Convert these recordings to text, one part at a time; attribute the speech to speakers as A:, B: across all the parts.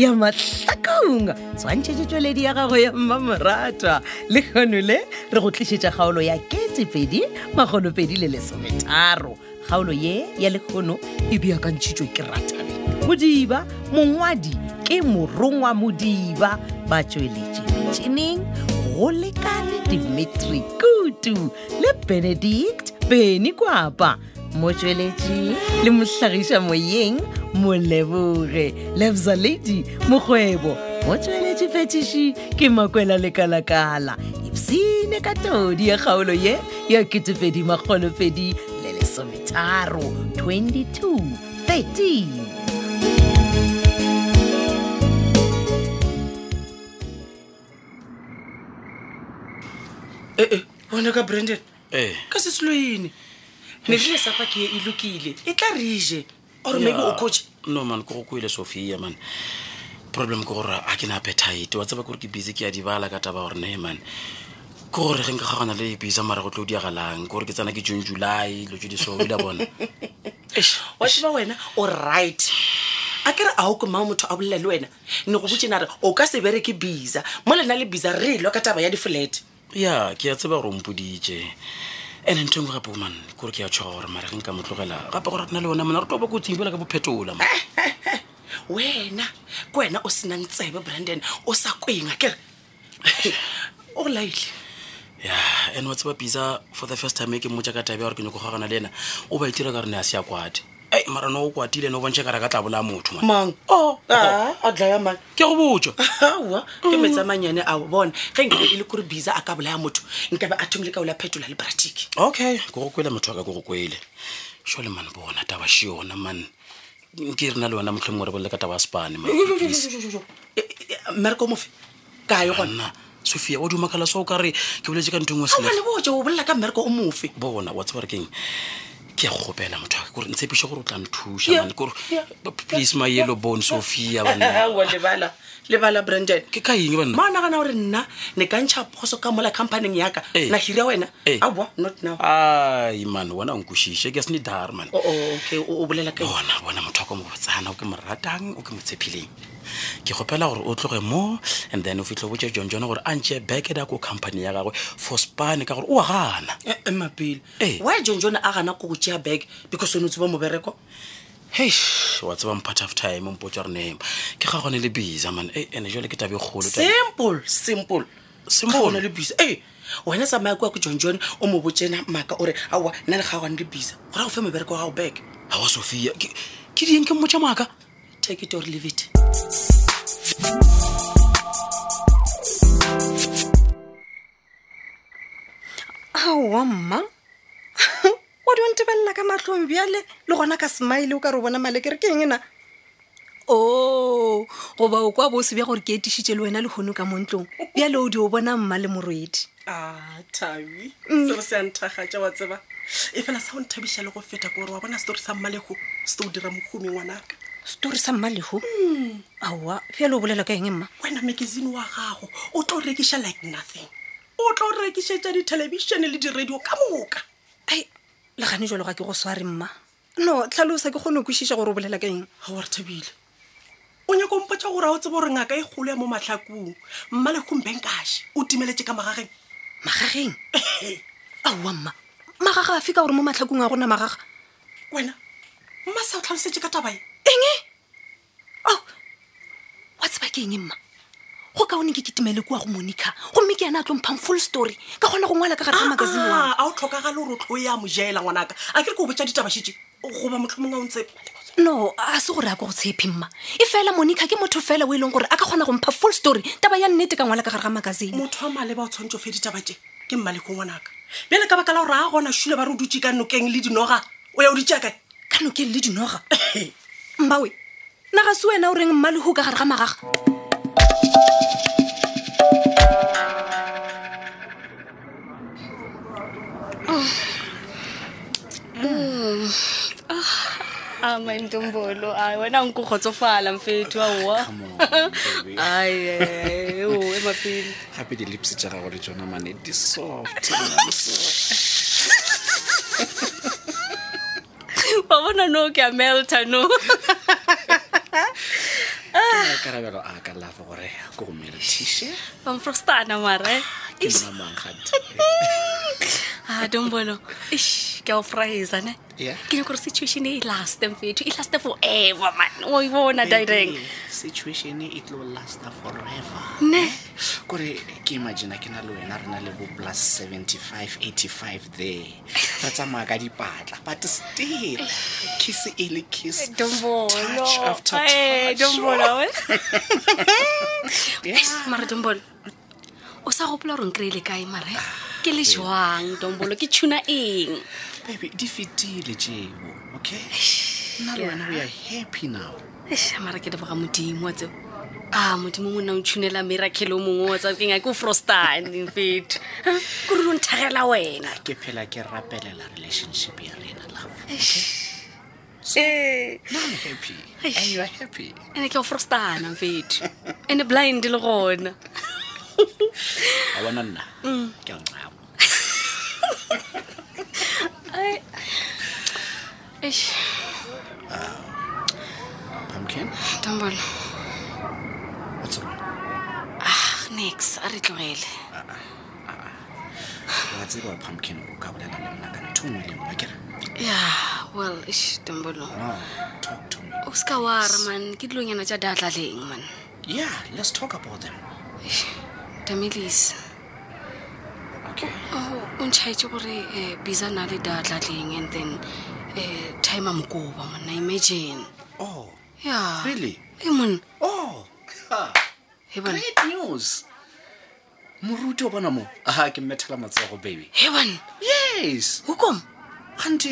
A: ya mahlakaunga tshwantšhetše tšweledi ya gago ya mmamorata le kgono le re go tlišetša kgaolo ya ketepedi magolopedi le lesometharo kgaolo ye ya lekgono e beakantšhitšwe ke ratabe modiba mongwadi ke morongwa modiba ba tšweletše metšhineng go lekane dimitri kutu le benedict beny kwapa motšweletši le mohlagiša moyeng moleboge lebza lady mokgwebo motšweletši fetiši ke makwela lekalakala ipsene ka todi ya kgaolo ye ya ketefedi makgolofedi le lesometharo 22 13
B: ee Eh, bona ka brandon
C: Eh.
B: ka sesoloene mebile sapa ke ye e lokile e tla reje or maybe
C: Yeah.
B: o coach
C: no man ko go koile sophia man problem ke gore a ke na appetite wa tseba kore ke busy ke a dibala ka taba gore ne man ke gore ge nka kgagana le bisa mara go tlo o diagalang ke gore ke tsena ke june july lo tse disobi la bona
B: wa tseba wena o right a ke re a o koma motho a bolela le wena ne go botse na re o ka se bere ke bisa mo lena le bisa re e lwa ka taba ya difolete
C: ya ke a tseba gore o mpoditše and ntho engwe gape o man ke gore ke a tšhoa gore mara ge nka mo tlogela gape gore rena le ona mona re tlo ba kotsing fela ka bophetola man.
B: wena ke wena o senang tsebe brandon o sa kweng a kere o laile
C: ya and wa tseba bisa for the first time e ke mmotsa ka tabe ya gore ke nyoko gagana le ena o ba itira ka re ne a se a kwate ei mara no o kwatile ene o bontšhe kare a ka tla bolaya motho man
B: mang o Oh, a dlaya mang
C: ke go botso
B: awa ke metsi a manyane ao bona ge nkabe e le kore bisa a ka bolaya motho nkabe a thomile ka ola phetola le bratiki
C: okay ke go kwele motho wa ka ke go kwele sole man bona taba shi yona man ke re na le yona motlhong gore bolele ka taba ya spane
B: E, mmereko mofe kae gona
C: gonna sophia wa dumakala so o ka re ke boletse ka ntho ngwe
B: ga ngwane boje o bolela ka mmereko o mofe
C: bona wa tseba gore keng ke a go gopela motho wa ka kore ntshepiše gore o tla
B: Yeah,
C: nthusa man kore
B: yeah,
C: please my yellow bone sophia banna
B: Aowa, lebala lebala brandon
C: ke ka eng banna
B: ma o nagana gore nna ne ka ntšha phoso ka mola companyng yaka
C: Eh.
B: na hira wena
C: Eh.
B: aowa not now
C: ai man wona nkošiše ke sene dar man
B: O- o, oh, okay o o bolela ka eng?
C: bona bona motho wa ka mo botsana o ke mo ratang o ke mo tshepileng ke gopela gore o tloge mo and then o fitlhe botse john john gore a ntšee beke da ko company ya gagwe for spane ka gore o a gana
B: Eh, eh, mapele
C: Eh.
B: why john john a gana ko go tea bag because one o tseba mobereko
C: heish wa tseba mpart of time mpotsa gore nema ke ga gone le bisa man e ande jale ke tabe kgolo
B: simple simple
C: Simple.
B: Ga ona le bisa ee wena tsamaya kwa ko john john o mo botsena maaka ore aowa nna le ga gane le bisa gore a go fe mobereko wa gago bag
C: ga wa sophia ke ke dieng ke mmotsa maaka
B: take it or leave it
D: aowa mma wa di o ntebelela ka matlhong bjale le gona ka smile o ka re o bona male ke re ke eng na o Oh, goba o kwa bose bja gore ke etišitše le wena lehono ka mo ntlong bjale o di o bona mma le moroedi
B: a tabi sere se anthagatša wa tseba e fela sa go nthabiša le go feta ke gore wa bona setori sa mmalego se o dira mogomi ngwanaka
D: story sa mma leho Hmm. aowa bjale o bolela ka eng mma
B: wena magazine wa gago o tlo rekiša like nothing o tlo rekišetša dithelebišene le di-radio ka moka
D: ai le gane jalo ga ke go sware mma no tlhalosa ke kgone o kwešiša gore o bolela ka eng
B: ga ore thabile o nyako mpotsa gore a o tseba gore ngaka e kgolo ya mo matlhakong mmalekgombenkaše o timeletse ka magageng
D: magageng aowa mma magaga a fe ka gore mo matlhakong a gona magaga
B: wena mma sa o tlhalosetse ka e? tabae
D: eng ao Oh, wa tseba ke eng mma go kaone ke ketemele kua go monica gomme ke yana a tlomphang full story ka gona go ngwala ka
B: Ah,
D: gare ga magazine wa
B: a o tlhokagale gore o tlo o ya mo jela ngwanaka a ke re ke o botsa ditabašitše goba motlho mongwe o ntse
D: no a se gore a ko go tshepe mma e fela monica ke motho fela o e leng gore a ka kgona go mpha full story taba ya nnete ka ngwala ka gare ga magazine
B: motho wa maleba o tshwanetse o fe ditaba tse ke mmaleko ngwanaka bjale ka baka la gore a gona šule ba re o dutse ka nokeng le dinoga o ya o dutse kae
D: ka nokeng le dinoga mmawe nna ga se wena o reng mma lehu ka gare ga magaga
E: a maintombolo a wena nko kgotsofala mfetho aowa ae o emapele
C: gape di-lips tša gago le tsona mane di soft
E: wa bona no ke a melta no
F: maikarabelo a e ka lafa gore ko go meretiše
E: bamfrostana mare
F: ke mona mangkgadi
E: a Ah, dombolo ish ke a o fraisa ne
F: Yeah.
E: ke nyako gore situation e laste mfetho e laste forever man o e bona direng
F: situation e tlo lasta forever
E: ne
F: kore ke imagina ke na le wena re na le bo plus 75 85 there re tsamaya ka dipatla but still kiss e le kiss
E: dombolo
F: Touch after
E: Eh,
F: touch.
E: dombolo eh.
F: Yes.
E: Eish, mara dombolo o sa gopola gore nkry-e le kae mare ke le jwang dombolo ke tuna eng
F: baby di fetile jeo okay nna le wena we are happy now
E: Eish, mara ke leboga modimo wa tseo a modimo mo nna o tshunela miracle o mongwe wa tsao keng a ke o frostane mfetho kore o nthagela wena
F: ke phela ke rapelela relationship ya rena love
E: Eh,
F: Now I'm happy and you are happy
E: ene ke o frostana mfetho ene blind le gona
F: a bona nna ke a nqabo
E: Eish,
F: pumpkin
E: dombolo
F: what's wrong
E: Ah, nix a re tlogele
F: wa tseba pumpkin o ka bolela le e nna ka ntho ngwe lengwe akere
E: ya well ish dombolo
F: no Ah, talk to me
E: o seka wara man ke dilonyana tja daatlaleng man
F: yeah let's talk about them
E: Eish, damelisa
F: okay
E: Oh, o ntšhaetse gore um bisa na le daatlatleng and then um time a mokoba monna imagine
F: oh
E: ya
F: Really?
E: e monna
F: oh
E: he bone
F: great news moruti o bona mo a ke mmethela matsogo baby
E: he bone
F: yes
E: o koma
F: gante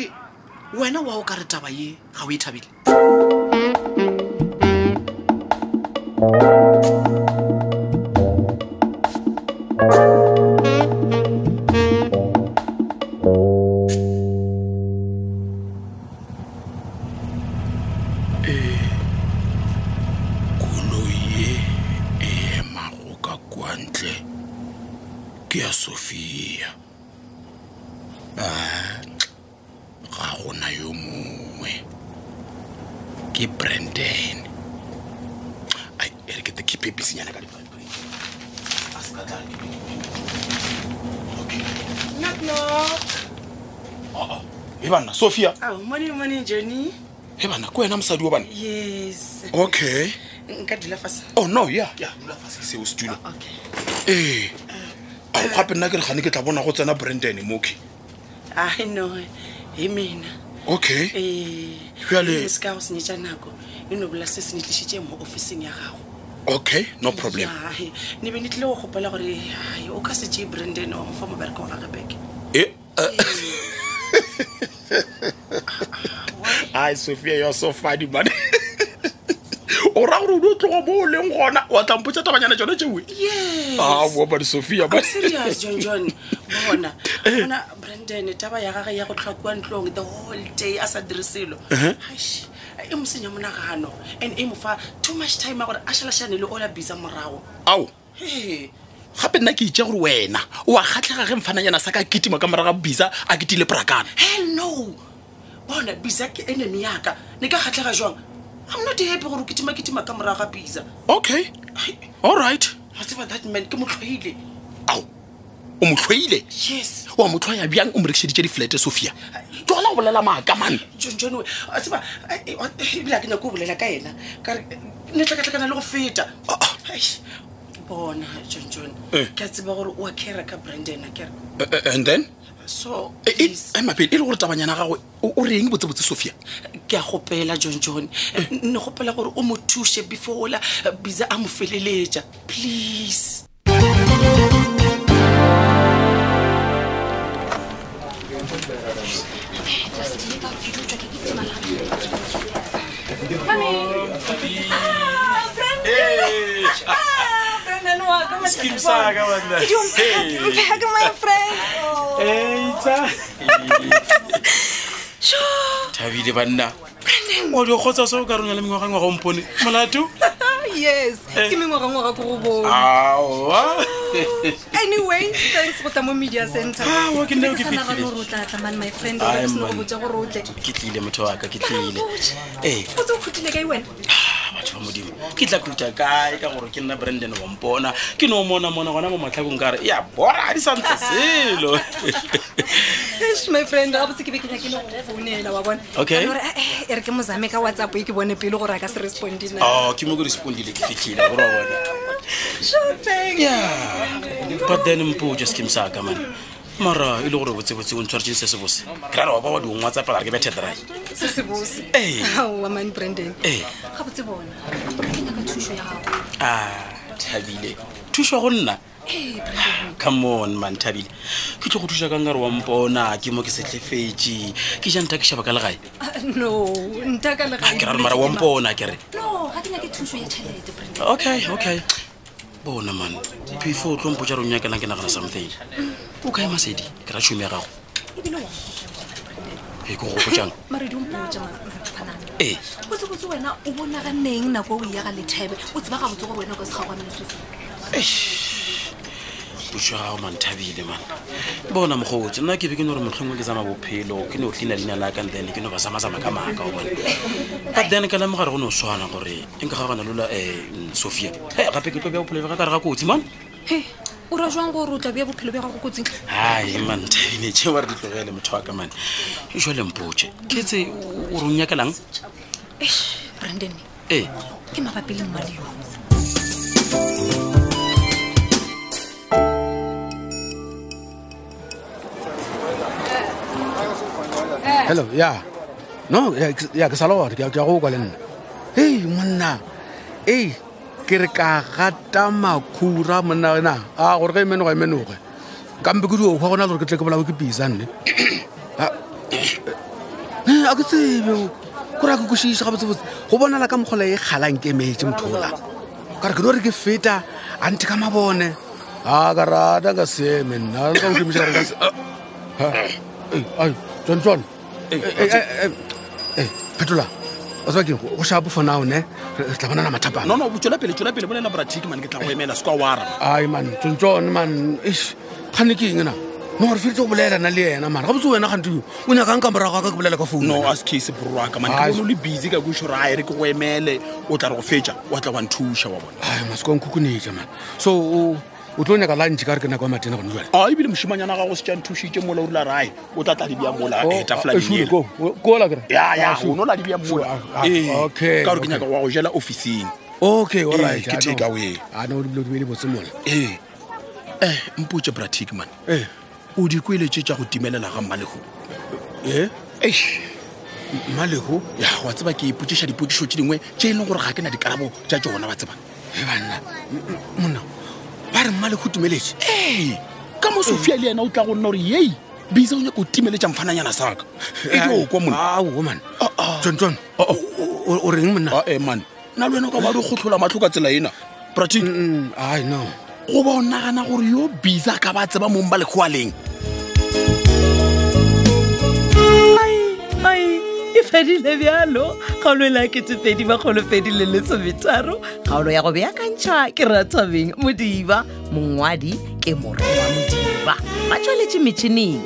F: wena wa o ka re taba ye ga o e thabile
G: koloi ye e emago ka kwa ntle ke ya sofia a ga gona yo mongwe ke branden ai ere ke te kepe bisenyana ka dipampiri a se ka tlare ke be ke- Okay. Oh, oh. he banna sofia
B: ao mone mone johnny
G: he banna ke wena mosadi o bane
B: yes
G: okay
B: nka dula fase
G: oh no ya ya dula fase seo se tulo
B: Ah, okay
G: ee ao gape nna ke re gane ke tla bona go tsena branden moke
B: ai no e mena
G: okay Bjale-
B: ee seka go senyetša nako e no bola se se netlišitše mo officing ya gago
G: okay no problem
B: Ai, ne be ne tlile go gopola gore ai, o ka se tee branden wa mofa mobereko wa gagebeke
G: Eh, eh. ai sophia youare so funny man o ra gore o di o tloga mo o leng gona wa tlampotsa tabanyana tsone tseoe
B: yes
G: awoman sophia
B: I'm serious john john bona bona branden taba ya gage ya go tlhakua ntlong the whole day a sa dire selo Aish, e mo senya monagano and e mo fa too much time ya gore a šalašane le ola bisa morago
G: ao
B: Hey,
G: gape nna ke itse gore wena o a kgatlhega ge mfananyana sa ka kitima ka moraga bisa a ketile porakana
B: hell no bona bisa ke enemy yaka ne ka kgatlhega jwang i'm not happy gore o kitima-kitima ka morago ga bisa
G: okay all right
B: ga tseba that man ke mo tlhoile
G: ao o mo tlhoile
B: yes
G: wa motho a ya bjang o morekišeditše diflete sophia tsona o bolela maaka mane
B: john john we a tseba a- e- a- ebile a ke nyako o bolela ka ena kare ne tlakatlakana le go feta Oh, Eish, bona john john
G: Eh.
B: ke a tseba gore o a cara ka branden a kere
F: Eh,
G: and then
B: so
G: Eh, eh,
B: please,
G: eh, mapedi e le gore tabanyana gagwe o o reng botsebotse sophia
B: ke a gopela john john
G: Eh.
B: ne gopela gore o mo thuse before ola bisa a mo feleletša please
D: back my friend
F: thabile banna o di kgotsa se o ka ronya le mengwagangwaga ompone molato
D: yes ke mengwagangwaga ko go bone
F: aa
D: anyway thanks go tla mo media center
F: Aowa, ke nna o ke
D: Ke be ke sa nagane
F: fitlhile.
D: gore o tla tlamane my friend
F: Ai,
D: seno go
F: man.
D: botsa gore o tle
F: ke tlile motho waka ke tlile
D: Ke a go botsa.
F: ee
D: o tse o khutlile kae wena
F: batho
C: Ah, batho ba modimo ke tla khutha kae ka gore ke nna branden wa mpona ke no mona mona gona mo matlhakong ka re ya bora a di santse selo
D: Eish, my friend a botse ke be ke nyake le go founela wa bona
C: Okay.
D: Ka gore, "Ah, eh, e re ke mozame ka whatsapp e ke bone pele gore a ka se respondi na
C: o Oh, ke mo ko respondile ke fitlhile gore wa bona Yeah. but then mpotse skim saka mane mara e le gore botsebotse o ntshwaretseng se se bose ke ra re wa ba wa dingwa tsa pala re ke bethe dry
D: se se bose
C: Eh.
D: aowa man branden
C: ee
D: ga botse bona ke nyaka thuso ya gago
C: a Ah, thabile thušwa go nna come on man thabile ke tlo go thuša ka nkare wa mpona ke mo ke setlefetše ke janta ke šhaba ka legae
D: Ah, no nta ka
C: a ke ra re mara wa mpona ke re
D: no ga ke nyake thuso ya tšhelete branden
C: okay okay bona man before o tlo mpotša re o nyakelang ke nagana something o kae masedi ke ra tšhomi ya gago
D: ebile wa
C: e ke go gopotšang
D: maredi ompotsa mafanane
C: ee
D: botsebotse wena o bonaganeng nako o eya ga lethebe o tseba ga botse gore wena o ka se gaogamelesofo
C: puso gago manthabile man bona mogotse nna ke be ke no gore motlhongwe ke zama bophelo ke ne o tlina leina laka and then ke no ba samazama ka maaka o bone but then ka lemogare go ne o swana gore e nka gagana lola um sophia e gape ke tlo bja bophelo bja ka gare ga kotsi man
D: he o ra jwang gore o tla bea bophelo bja gago kotsing
C: ai manthabile tšhe wa re di tlogele motho wa ka mane jale mpotse ke tse o re o nyakelang Eh.
D: Eish, branden
C: ee
D: ke mabapi le mmaleo
H: hello ya no ya ke- ya, ke salore ke a ke a go kwa le nna hei monna ei ke re ka gata makhura monna na a gore ka imenoga imenoge kampe ke diokgwa gona le gore ke tle ke bolawe ke pisa nne a Eh, a ke tsebe kore a ke kosiša gabotsebotse go bonala ka mogola e kgalang ke emetse mothola ka re ke no re ke feta a nte ka mabone a ka rata ka seeme nna ka godimiša gore ka se- Ah. Ei, ai, john john Ei, ei, ei, ei, phetola o tseba keng go shapo for now ne eh? re re tla bonana mathapana
C: no tswela pele tswela pele bolela boratiki mane ke tla go emela sekwa wara
H: ai man john john man eish, kgane ke eng na no re feditse go bolela na le ena man ga botse wena gante o nyakang ka morago ga ka ke bolela ka founu
G: no
H: wena?
G: a se case borwaka
H: Ai.
G: mane o le busy ka kuso re aere ke go emele o tla re go fetsa wa tla wa nthusa wa bona
H: ai masekong khukunetša man so o- o tlo nyaka lunch ka re ke nako ya matena gone jale
G: a ebile mosimanyana gago se tsa nthušitse mola o rula rae o tla tla di bea
H: Oh,
G: mola eh,
H: Ah,
G: tafolaneng ele. Ya, ya, o no la di bea mola Ee, ka gore ke nyaka wa go jela officing
H: okay all
G: Eh,
H: right
G: ke
H: I know.
G: take away.
H: I know o dilo di be le botse mola
G: ee eh mpotse braticman
H: Eh.
G: o di kueletse tsa go timelela ga mmalego
H: e
G: eish
H: mmalego
G: ya wa tseba ke ipotsiša dipotsišo tse dingwe tse e leng gore ga ke na dikarabo tsa tsona wa tseba
H: e banna m- m- monna ba re mmalego tumeletse
G: ee ka mo sofia le yena o tla go nna gore yei bisa o nyaka o timeletsa mfananyana saka
H: Eh,
G: e dio kwa mona Ah,
H: man john john o- o o reng monna
G: ae man nna le wena o ka bare go tlhola matlho ka tsela ena bratic
H: Mm, ai no
G: goba o nagana gore yo bisa ka ba tseba mong ba lekgowa leng
A: ai e fedile bjalo kgaolo e la ketepedi makgolopedi le lesometharo kgaolo ya go beakantšha ke ratabeng modiba mongwadi ke morongwa modiba ba tsweletše metšhineng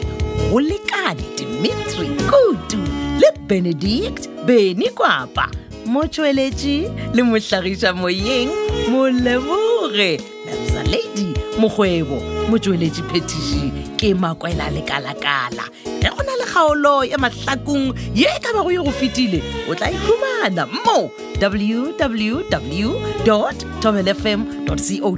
A: go lekane dimitri kutu le benedict beny kwapa motsweletši le mohlagiša moyeng moleboge lebza lady mokgwebo motsweletši phetiši ke makwela lekala-kala ge go na le kgaolo ya mahlakong ye e ka bago ye go fetile o tla ikhumana mo www tobelfm co za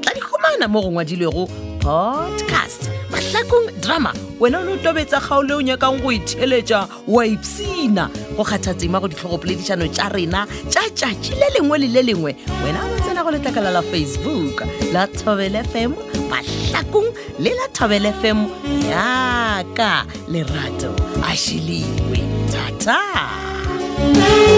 A: tla di khumana mo go ngwadilwego podcast mahlakong drama wena o ne o tobetsa kgaolo o nyakang go itheletša wa ipsina go kgathatsima go ditlhogopoledišano tša rena tša tšatši le lengwe le le lengwe wena o tsena go letlakala la facebook la tobel fm mahlakong le la tobel fm yaka lerato a šhiliwe thata